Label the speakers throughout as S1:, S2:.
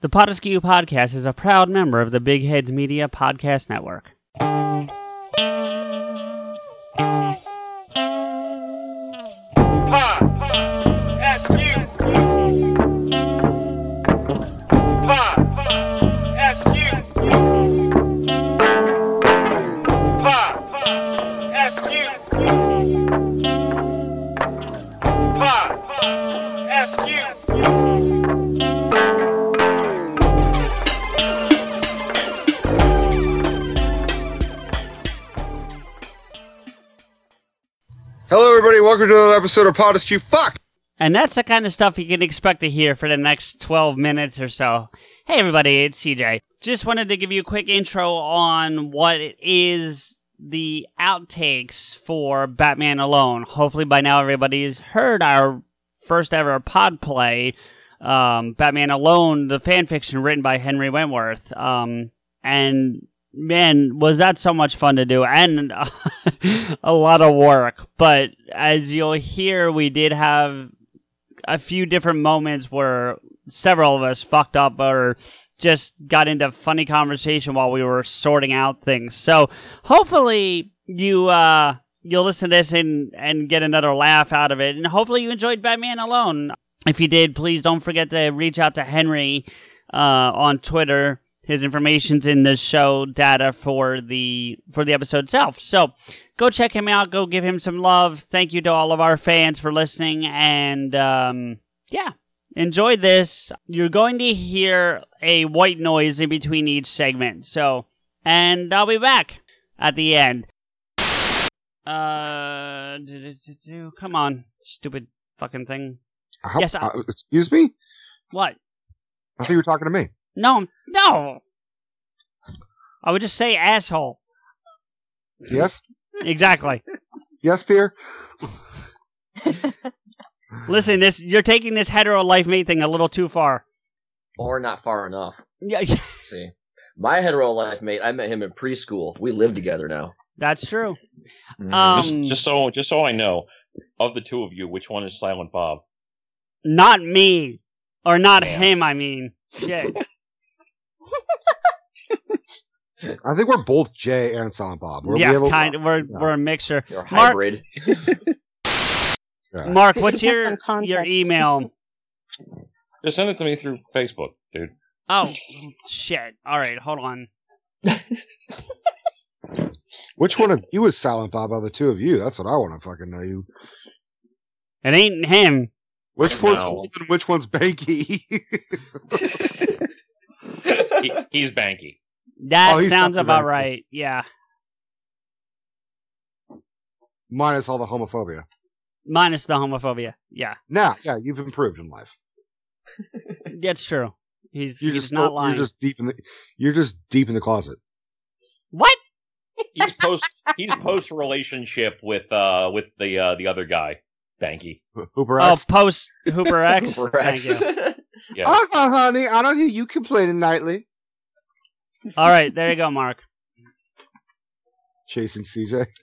S1: The Podeskew podcast is a proud member of the Big Heads Media Podcast Network.
S2: Pod, pod, ask you. Pod, pod, ask you. Pod, pod, ask you. Pod, pod, ask you.
S3: Hello, everybody. Welcome to another episode of Pod Q. Fuck.
S1: And that's the kind of stuff you can expect to hear for the next 12 minutes or so. Hey, everybody, it's CJ. Just wanted to give you a quick intro on what it is the outtakes for Batman Alone. Hopefully, by now, everybody's heard our first ever pod play, um, Batman Alone, the fan fiction written by Henry Wentworth. Um, and man, was that so much fun to do and a lot of work. But as you'll hear, we did have a few different moments where several of us fucked up or just got into funny conversation while we were sorting out things. So hopefully you uh you'll listen to this and and get another laugh out of it and hopefully you enjoyed Batman alone. If you did, please don't forget to reach out to Henry uh on Twitter. His information's in the show data for the for the episode itself. So go check him out. Go give him some love. Thank you to all of our fans for listening. And um, yeah, enjoy this. You're going to hear a white noise in between each segment. So, and I'll be back at the end. Uh, do-do-do-do. come on, stupid fucking thing.
S3: How-
S1: Yes, I-
S3: uh, excuse me.
S1: What?
S3: I thought you were talking to me.
S1: No, no. I would just say asshole.
S4: Mm-hmm.
S3: Yes,
S1: Exactly.
S3: yes, dear.
S1: Listen, this you're taking this hetero life mate thing a little too far.
S5: or not far enough.
S1: Yeah,
S5: See, my hetero life mate, I met him in preschool. We live together now.
S1: that's true.
S6: just,
S1: Um,
S6: just so just so I know, of the two of you, which one is Silent Bob?
S1: not me, or not
S6: Yeah.
S1: him. I mean, shit.
S3: I think we're both Jay and Silent Bob. We're, we
S1: yeah,
S3: have a-
S1: kind of. We're
S3: yeah.
S1: we're a mixture.
S5: You're a
S1: Mark-
S5: hybrid.
S3: Yeah.
S1: Mark, what's
S7: It
S1: your
S7: depends on
S1: your
S7: context.
S1: email?
S6: Just send it to me through Facebook, dude.
S1: Oh shit! All right, hold on.
S3: Which one of you is Silent Bob? Of the two of you, that's what I want to fucking know. You.
S1: It ain't him.
S3: Which one's
S6: No.
S3: old and which one's Banky?
S6: He, he's Banky.
S1: That
S3: Oh, he's
S1: sounds
S3: not the
S1: about
S3: right-
S1: right. Yeah.
S3: Minus all the homophobia.
S1: Minus the homophobia. Yeah,
S3: Now, yeah, you've improved in life.
S1: that's true. He's
S3: You're
S1: he's
S3: just
S1: not lying.
S3: You're just deep in the. You're just deep in the closet.
S1: What?
S6: He's post he's post relationship with uh with the uh the other guy, Banky.
S3: Hooper.
S1: Oh,
S3: X.
S1: post Hooper X.
S5: Correct.
S1: Thank you.
S6: Yeah.
S3: oh, honey, I don't hear you complaining nightly.
S1: All right, there you go, Mark.
S3: Chasing CJ.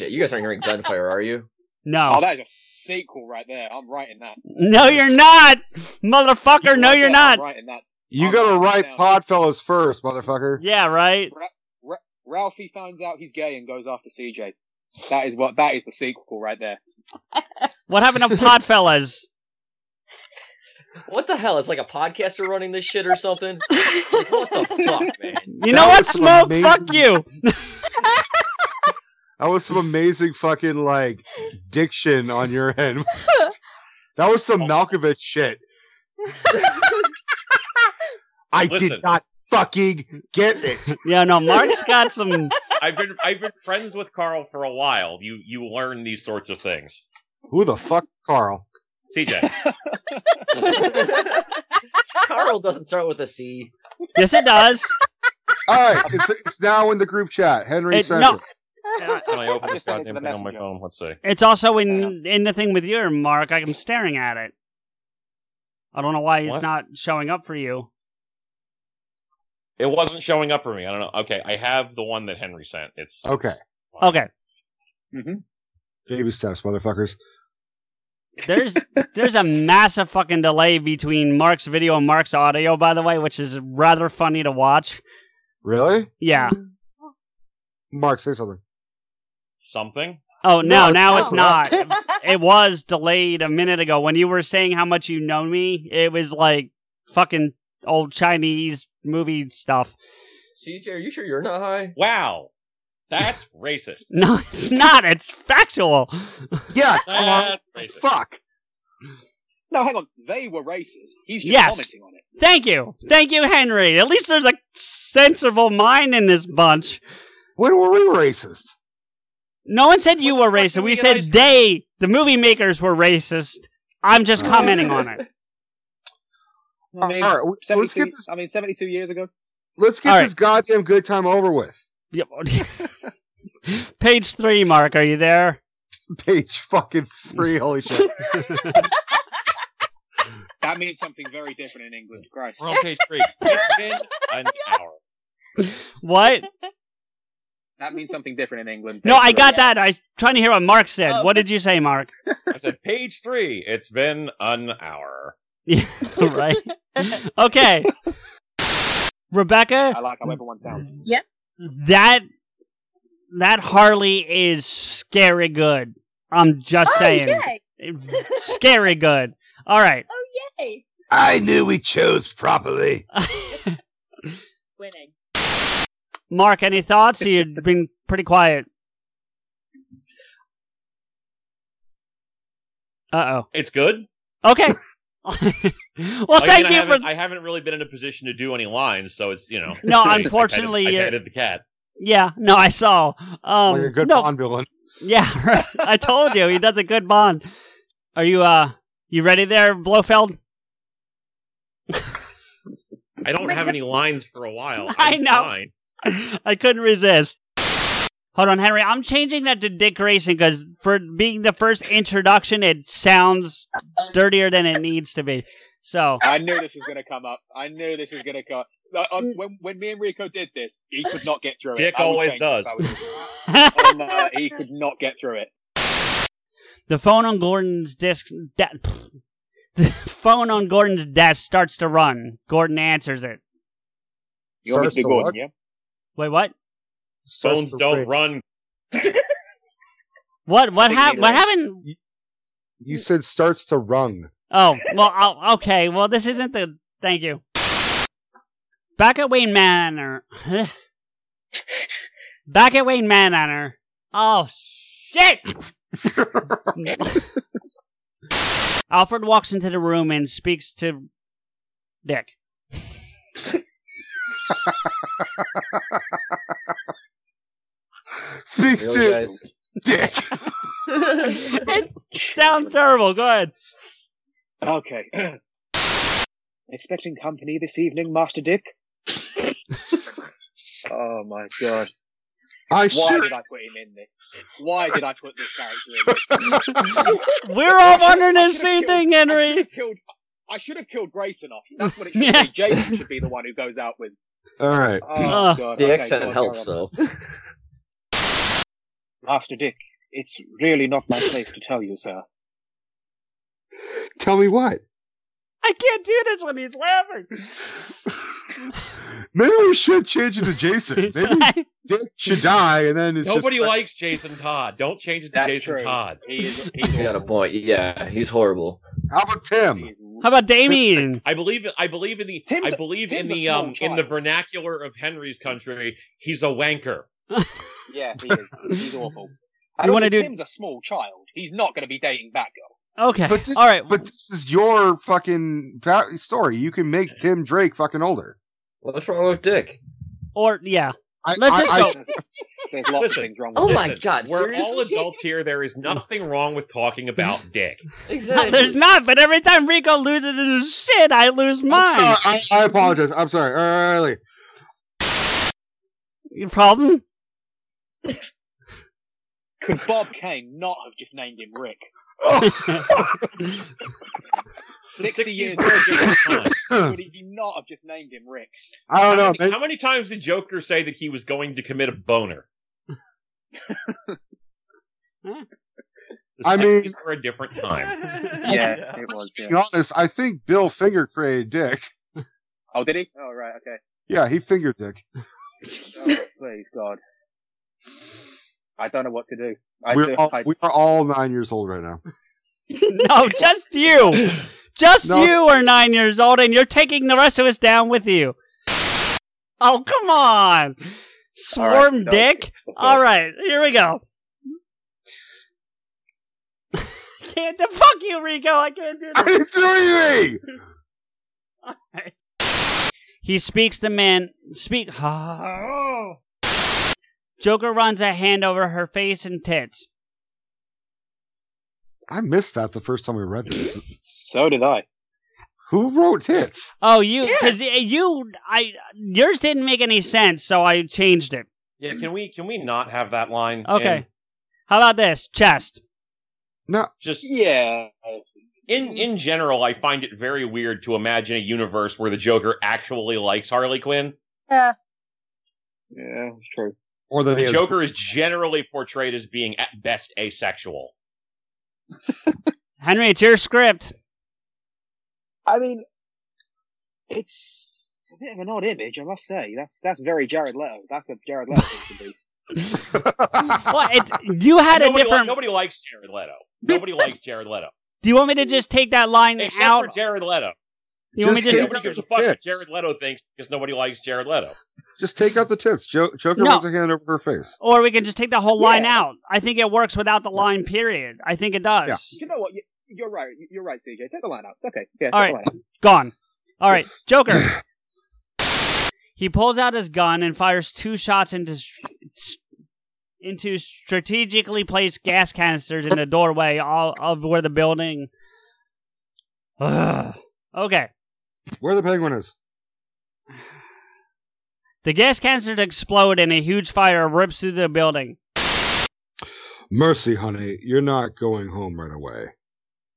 S5: Yeah, you guys aren't hearing gunfire, are you?
S1: No.
S4: Oh, that is a sequel right there. I'm writing that.
S1: No, you're not, motherfucker. No,
S4: Right
S1: you're
S4: there,
S1: not.
S4: I'm writing that.
S3: You
S4: Oh,
S3: gotta
S4: no,
S3: write
S4: no.
S3: pod fellows first, motherfucker.
S1: Yeah, right.
S4: Ralphie finds out he's gay and goes after CJ. That is what. That is the sequel right there.
S1: What happened to Podfellas?
S5: What the hell? It's like a podcaster running this shit or something. Like, what the fuck, man?
S1: You
S3: That
S1: know what,
S3: was some
S1: Smoke?
S3: amazing-
S1: Fuck you.
S3: That was some amazing fucking like diction on your end. That was some Malkovich shit. I
S6: Listen.
S3: did not fucking get it.
S1: Yeah, no, Mark's got some.
S6: I've been I've been friends with Carl for a while. You you learn these sorts of things.
S3: Who the fuck, is Carl?
S6: CJ,
S5: Carl doesn't start with a C.
S1: Yes, it does.
S3: All right, it's, it's now in the group chat. Henry
S1: It-
S3: sent
S1: no.
S3: it.
S1: Uh,
S6: can I open
S4: I
S6: this
S4: just sent it to
S6: goddamn
S4: the
S6: thing on my
S4: messenger.
S6: phone? Let's see.
S1: It's also in in the thing with your Mark. I'm staring at it. I don't know why it's
S6: What?
S1: not showing up for you.
S6: It wasn't showing up for me. I don't know. Okay, I have the one that Henry sent. It's
S3: Okay,
S1: Okay,
S3: baby steps, motherfuckers.
S1: There's there's a massive fucking delay between Mark's video and Mark's audio, by the way, which is rather funny to watch.
S3: Really?
S1: Yeah.
S3: Mark, say something.
S6: Something.
S1: Oh no,
S3: No,
S1: now it's
S3: it's
S1: not. it was delayed a minute ago when you were saying how much you know me. It was like fucking old Chinese movie stuff.
S5: CJ, are you sure you're not high?
S6: Wow, that's racist.
S1: No, it's not. It's factual.
S3: Yeah, come on.
S6: That's racist.
S3: Fuck.
S4: No, hang on. They were racist. He's just
S1: Yes.
S4: commenting on it.
S1: Thank you, thank you, Henry. At least there's a sensible mind in this bunch.
S3: When were we racist?
S1: No one said you were
S6: What the fuck
S1: racist.
S6: do
S1: We
S6: we get
S1: said
S6: ice-
S1: they, the movie makers, were racist. I'm just
S3: Oh.
S1: commenting on it.
S4: I
S3: All
S4: mean,
S3: right, we- let's
S4: 72
S3: get this.
S4: I mean, 72 years ago.
S3: Let's get
S1: All right.
S3: this goddamn good time over with.
S1: Yeah. Page three, Mark. Are you there?
S3: Page fucking three. Holy shit.
S4: That means something very different in England. Christ.
S6: We're on page three. It's been an hour.
S1: What?
S4: That means something different in England.
S1: No, I got that. I was trying to hear what Mark said.
S5: Oh.
S1: What did you say, Mark?
S6: I said page three. It's been an hour.
S1: Yeah, right. Okay. Rebecca,
S4: I like how everyone sounds.
S1: that that Harley is scary good. I'm just
S7: oh,
S1: saying.
S7: yay!
S1: Scary good. All right.
S7: Oh, yay!
S3: I knew we chose properly.
S1: Um,
S7: Winning.
S1: Mark, any thoughts? You've been pretty quiet. Uh
S6: It's good.
S1: oh. Okay. well,
S6: Like,
S1: thank
S6: I
S1: you for.
S6: haven't, I haven't really been in a position to do any lines, so it's you know.
S1: No,
S6: I- I
S1: unfortunately, uh,
S6: petted- I
S1: you're-
S6: petted the cat.
S1: Yeah, no, I saw. Um,
S3: like a good
S1: no,
S3: Bond villain.
S1: yeah, right. I told you he does a good Bond. Are you uh, you ready there, Blofeld?
S6: I don't have any lines for a while.
S1: I
S6: I'm
S1: know.
S6: fine.
S1: I couldn't resist. Hold on, Henry. I'm changing that to Dick Grayson because for being the first introduction, it sounds dirtier than it needs to be. So,
S4: I knew this was going to come up. I knew this was going to come. Like, on- when when me and Rico did this, he could not get through it.
S6: Dick
S4: I would
S6: always
S4: change it if
S6: does.
S4: I was-
S1: the
S4: Oh, no, he could not get through it.
S1: phone on Gordon's desk. De- the phone on Gordon's desk starts to run. Gordon answers it.
S4: You want me
S3: Starts
S4: to be
S3: to
S4: Gordon,
S3: what?
S4: yeah?
S1: Wait, what?
S3: Starts
S6: Phones
S3: to
S6: don't
S3: break.
S6: run.
S1: What? What,
S4: think
S1: hap-
S4: we
S1: what
S4: did.
S1: happened?
S3: You said starts to rung.
S1: Oh, well, oh, okay. Well, this isn't the. Thank you. Back at Wayne Manor. Back at Wayne Manor. Oh, shit! Alfred walks into the room and speaks to Dick.
S3: Speaks
S5: Really,
S3: to
S5: guys?
S3: Dick.
S1: it sounds terrible. Go ahead.
S4: Okay. Expecting company this evening, Master Dick? oh my god.
S3: I
S4: Why
S3: should.
S4: did I put him in this? Why did I put this character in this?
S1: We're all wondering the
S4: I should've
S1: same
S4: killed-
S1: thing,
S4: I
S1: Henry.
S4: should've killed, I should have killed Grayson off. That's what it should
S1: Yeah.
S4: be. Jason should be the one who goes out with.
S3: All right.
S4: Oh,
S1: Uh,
S4: God.
S5: The
S4: Okay,
S5: accent
S4: go on,
S5: helps,
S4: carry on.
S5: though.
S4: Master Dick, it's really not my place to tell you, sir.
S3: Tell me what.
S1: I can't do this when he's laughing.
S3: Maybe we should change it to Jason. Maybe Dick should die, and then it's
S6: Nobody
S3: just,
S6: likes Jason Todd. Don't change it to
S4: That's
S6: Jason
S4: true.
S6: Todd.
S4: He is. He's
S5: He's got a point. Yeah, he's horrible.
S3: How about Tim?
S1: How about Damien?
S6: I believe. I believe in the.
S4: Tim's-
S6: I believe in
S4: Tim's a
S6: the
S4: small
S6: um in the
S4: child.
S6: vernacular of Henry's country. He's a wanker.
S4: Yeah, he is. He's awful. I
S1: You wanna
S4: also,
S1: do-
S4: Tim's a small child. He's not going to be dating that girl.
S1: Okay.
S3: But this,
S1: all right.
S3: But this is your fucking pa- story. You can make Tim Drake fucking older.
S5: What's wrong with Dick?
S1: Or yeah.
S3: I,
S1: Let's
S3: I-
S1: just
S3: I-
S1: go.
S4: There's lots
S6: Listen.
S4: of things wrong
S5: Oh
S4: with
S5: my God,
S6: We're all
S5: seriously?
S6: adults here. There is nothing wrong with talking about dick.
S1: There's
S5: Exactly.
S1: not, but every time Rico loses his shit, I lose
S3: I'm
S1: mine.
S3: sorry. Uh, I, I apologize. I'm sorry. Early.
S1: Your problem?
S4: it. Could Bob Kane not have just named him Rick? Sixty, years
S6: Sixty years
S4: ago,
S3: I
S6: old Jason
S4: could he not have just named him Rick?
S3: don't know.
S6: Todd.
S3: Maybe,
S6: How many times did Joker say that he was Hmm. going to commit a boner? The
S3: I
S6: 60s
S3: mean-
S6: were a different time.
S4: Yeah, it was.
S3: To be
S4: Yeah.
S3: honest, I think Bill finger created Dick.
S4: Oh, did he? Oh, right. Okay.
S3: Yeah, he fingered Dick.
S4: Oh, please, God. I don't know what to do. I
S3: We're
S4: do.
S3: all,
S4: I,
S3: we are all nine years old right now.
S1: No, just you. Just
S3: No.
S1: you are nine years old, and you're taking the rest of us down with you. Oh, come on. Swarm
S4: no.
S1: dick. All right, here we go. can't do- fuck you, Rico. I can't do
S3: I
S1: this.
S3: didn't do anything!
S1: He speaks the man. Speak. Joker runs a hand over her face and tits.
S3: I missed that the first time we read this.
S4: So did I.
S3: Who wrote tits?
S1: Oh, you because you I yours didn't make any sense, so I changed it.
S6: Yeah, can we can we not have that line?
S1: Okay.
S6: And
S1: How about this chest?
S6: just
S4: Yeah.
S6: in in general, I find it very weird to imagine a universe where the Joker actually likes Harley Quinn.
S7: Yeah.
S4: Yeah, it's true.
S3: Or the,
S6: The Joker is generally portrayed as being at best asexual.
S1: Henry, it's your script.
S4: I mean, it's a bit of an odd image, I must say. That's that's very Jared Leto. That's a Jared Leto thing to be.
S1: What? It's, you had a
S6: Nobody, li-
S1: different.
S6: nobody likes Jared Leto. Nobody likes Jared Leto
S1: do you want me to just take that line
S6: except
S1: out?
S6: for Jared Leto.
S1: you want me
S3: Just
S1: to?
S3: take-
S6: Nobody gives a
S3: Tits.
S6: fuck what Jared Leto thinks because nobody likes Jared Leto.
S3: Just take out the tits. Jo- Joker
S1: No.
S3: runs a hand over her face.
S1: Or we can just take the whole line
S4: Yeah.
S1: out. I think it works without the line. Period. I think it does.
S4: You know what? You- You're right. You're right, CJ. Take the line out. It's okay. Yeah, take
S1: All
S4: the
S1: right.
S4: line out.
S1: Gone. All right, Joker. he pulls out his gun and fires two shots into str- s- into strategically placed gas canisters in the doorway all of where the building. Ugh. Okay.
S3: Where the penguin is.
S1: The gas canisters explode and a huge fire rips through the building.
S3: Mercy, honey, you're not going home right away.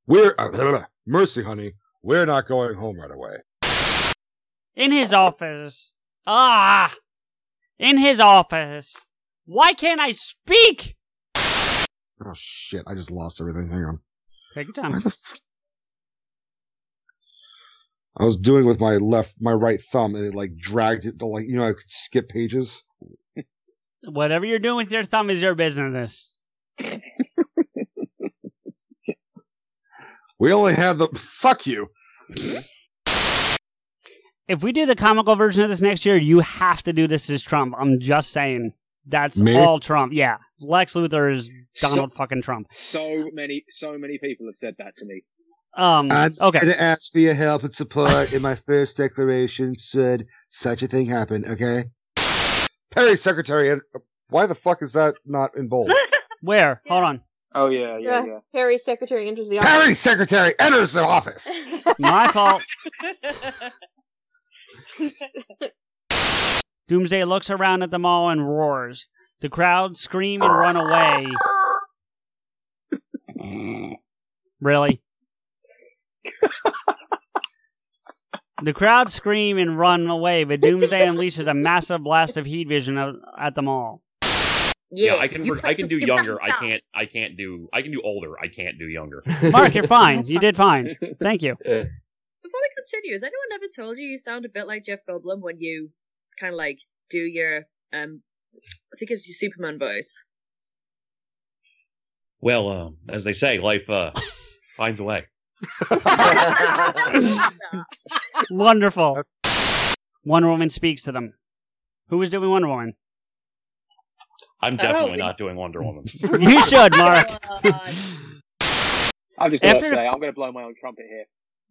S3: We're uh, blah, blah, blah. mercy, honey. We're not going home right away.
S1: In his office. Ah! In his office. Why can't I speak?
S3: Oh shit! I just lost everything. Hang on.
S1: Take your
S3: Where
S1: time.
S3: the f- I was doing with my left, my right thumb, and it like dragged it. To, like you know, I could skip pages.
S1: Whatever you're doing with your thumb is your business.
S3: We only have the fuck you.
S1: if we do the comical version of this next year, you have to do this as Trump. I'm just saying. That's
S3: Me?
S1: all Trump. Yeah. Lex Luthor is
S4: So,
S1: Donald fucking Trump.
S4: so many, so many people have said that to me.
S1: Um okay.
S3: to ask for your help and support in my first declaration. Should such a thing happen, okay? Perry, secretary, and why the fuck is that not in bold?
S1: Where? Hold on.
S4: Oh yeah, yeah,
S7: Yeah.
S4: yeah.
S7: Harry's secretary enters the office.
S3: Perry, secretary, enters the office.
S1: My fault. Doomsday looks around at them all and roars. The crowd scream and run away. Really? the crowd scream and run away, but Doomsday unleashes a massive blast of heat vision at- at them all.
S6: Yeah, I can
S7: you
S6: I can do
S7: fucking
S6: younger. I
S7: stop.
S6: can't I can't do I can do older. I can't do younger.
S1: Mark, you're fine. You did fine. Thank you.
S8: Before we continue, has anyone ever told you you sound a bit like Jeff Goldblum when you kind of like do your um, I think it's your Superman voice.
S6: Well, um, as they say, life uh, finds a way.
S8: Oh
S1: Wonderful. Wonder Woman speaks to them. Who was doing Wonder Woman?
S6: I'm
S8: Oh,
S6: definitely
S8: we-
S6: not doing Wonder Woman.
S1: You should, Mark.
S8: God.
S4: I'm just gonna
S1: After the-
S4: say, I'm gonna blow my own trumpet here.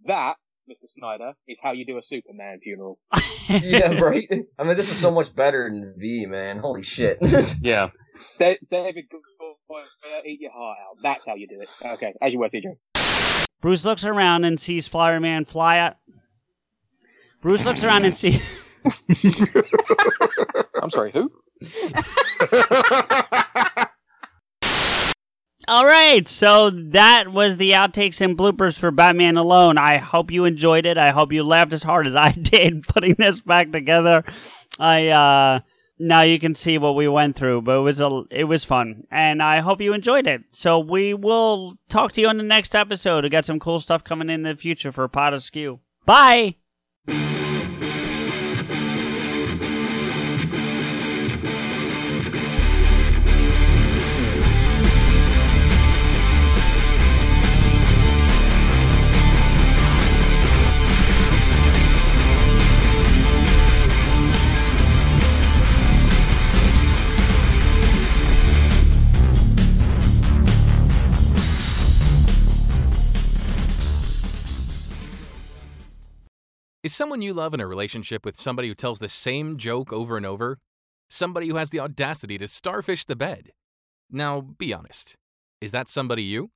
S4: That, Mr. Snyder, is how you do a Superman funeral.
S5: yeah, right. I mean, this is so much better than V, man. Holy shit.
S6: yeah.
S4: Da- David, Gordon, eat your heart out. That's how you do it. Okay, as you were, CJ.
S1: Bruce looks around and sees Flyer Man fly out. Bruce looks around and sees.
S4: I'm sorry, who?
S1: All right, so that was the outtakes and bloopers for Batman Alone. I hope you enjoyed it. I hope you laughed as hard as I did putting this back together. I uh now you can see what we went through, but it was a it was fun, and I hope you enjoyed it. So we will talk to you on the next episode. We got some cool stuff coming in the future for Pot Askew. Bye.
S7: Is someone you love in a relationship with somebody who tells the same joke over and over? Somebody who has the audacity to starfish the bed? Now, be honest. Is that somebody you?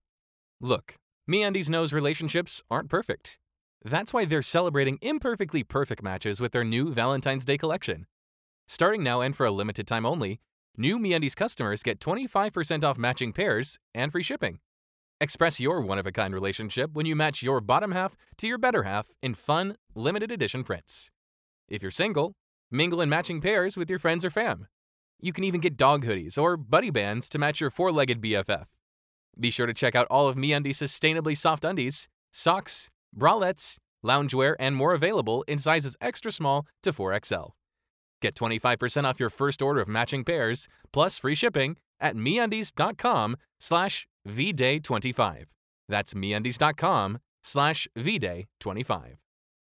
S7: Look, MeUndies knows relationships aren't perfect. That's why they're celebrating imperfectly perfect matches with their new Valentine's Day collection. Starting now and for a limited time only, new MeUndies customers get 25% off matching pairs and free shipping. Express your one of a kind relationship when you match your bottom half to your better half in fun, limited edition prints. If you're single, mingle in matching pairs with your friends or fam. You can even get dog hoodies or buddy bands to match your four legged BFF. Be sure to check out all of MeUndies' sustainably soft undies, socks, bralettes, loungewear, and more available in sizes extra small to 4XL. Get 25% off your first order of matching pairs, plus free shipping at MeUndies.com slash VDay25. That's MeUndies.com slash VDay25.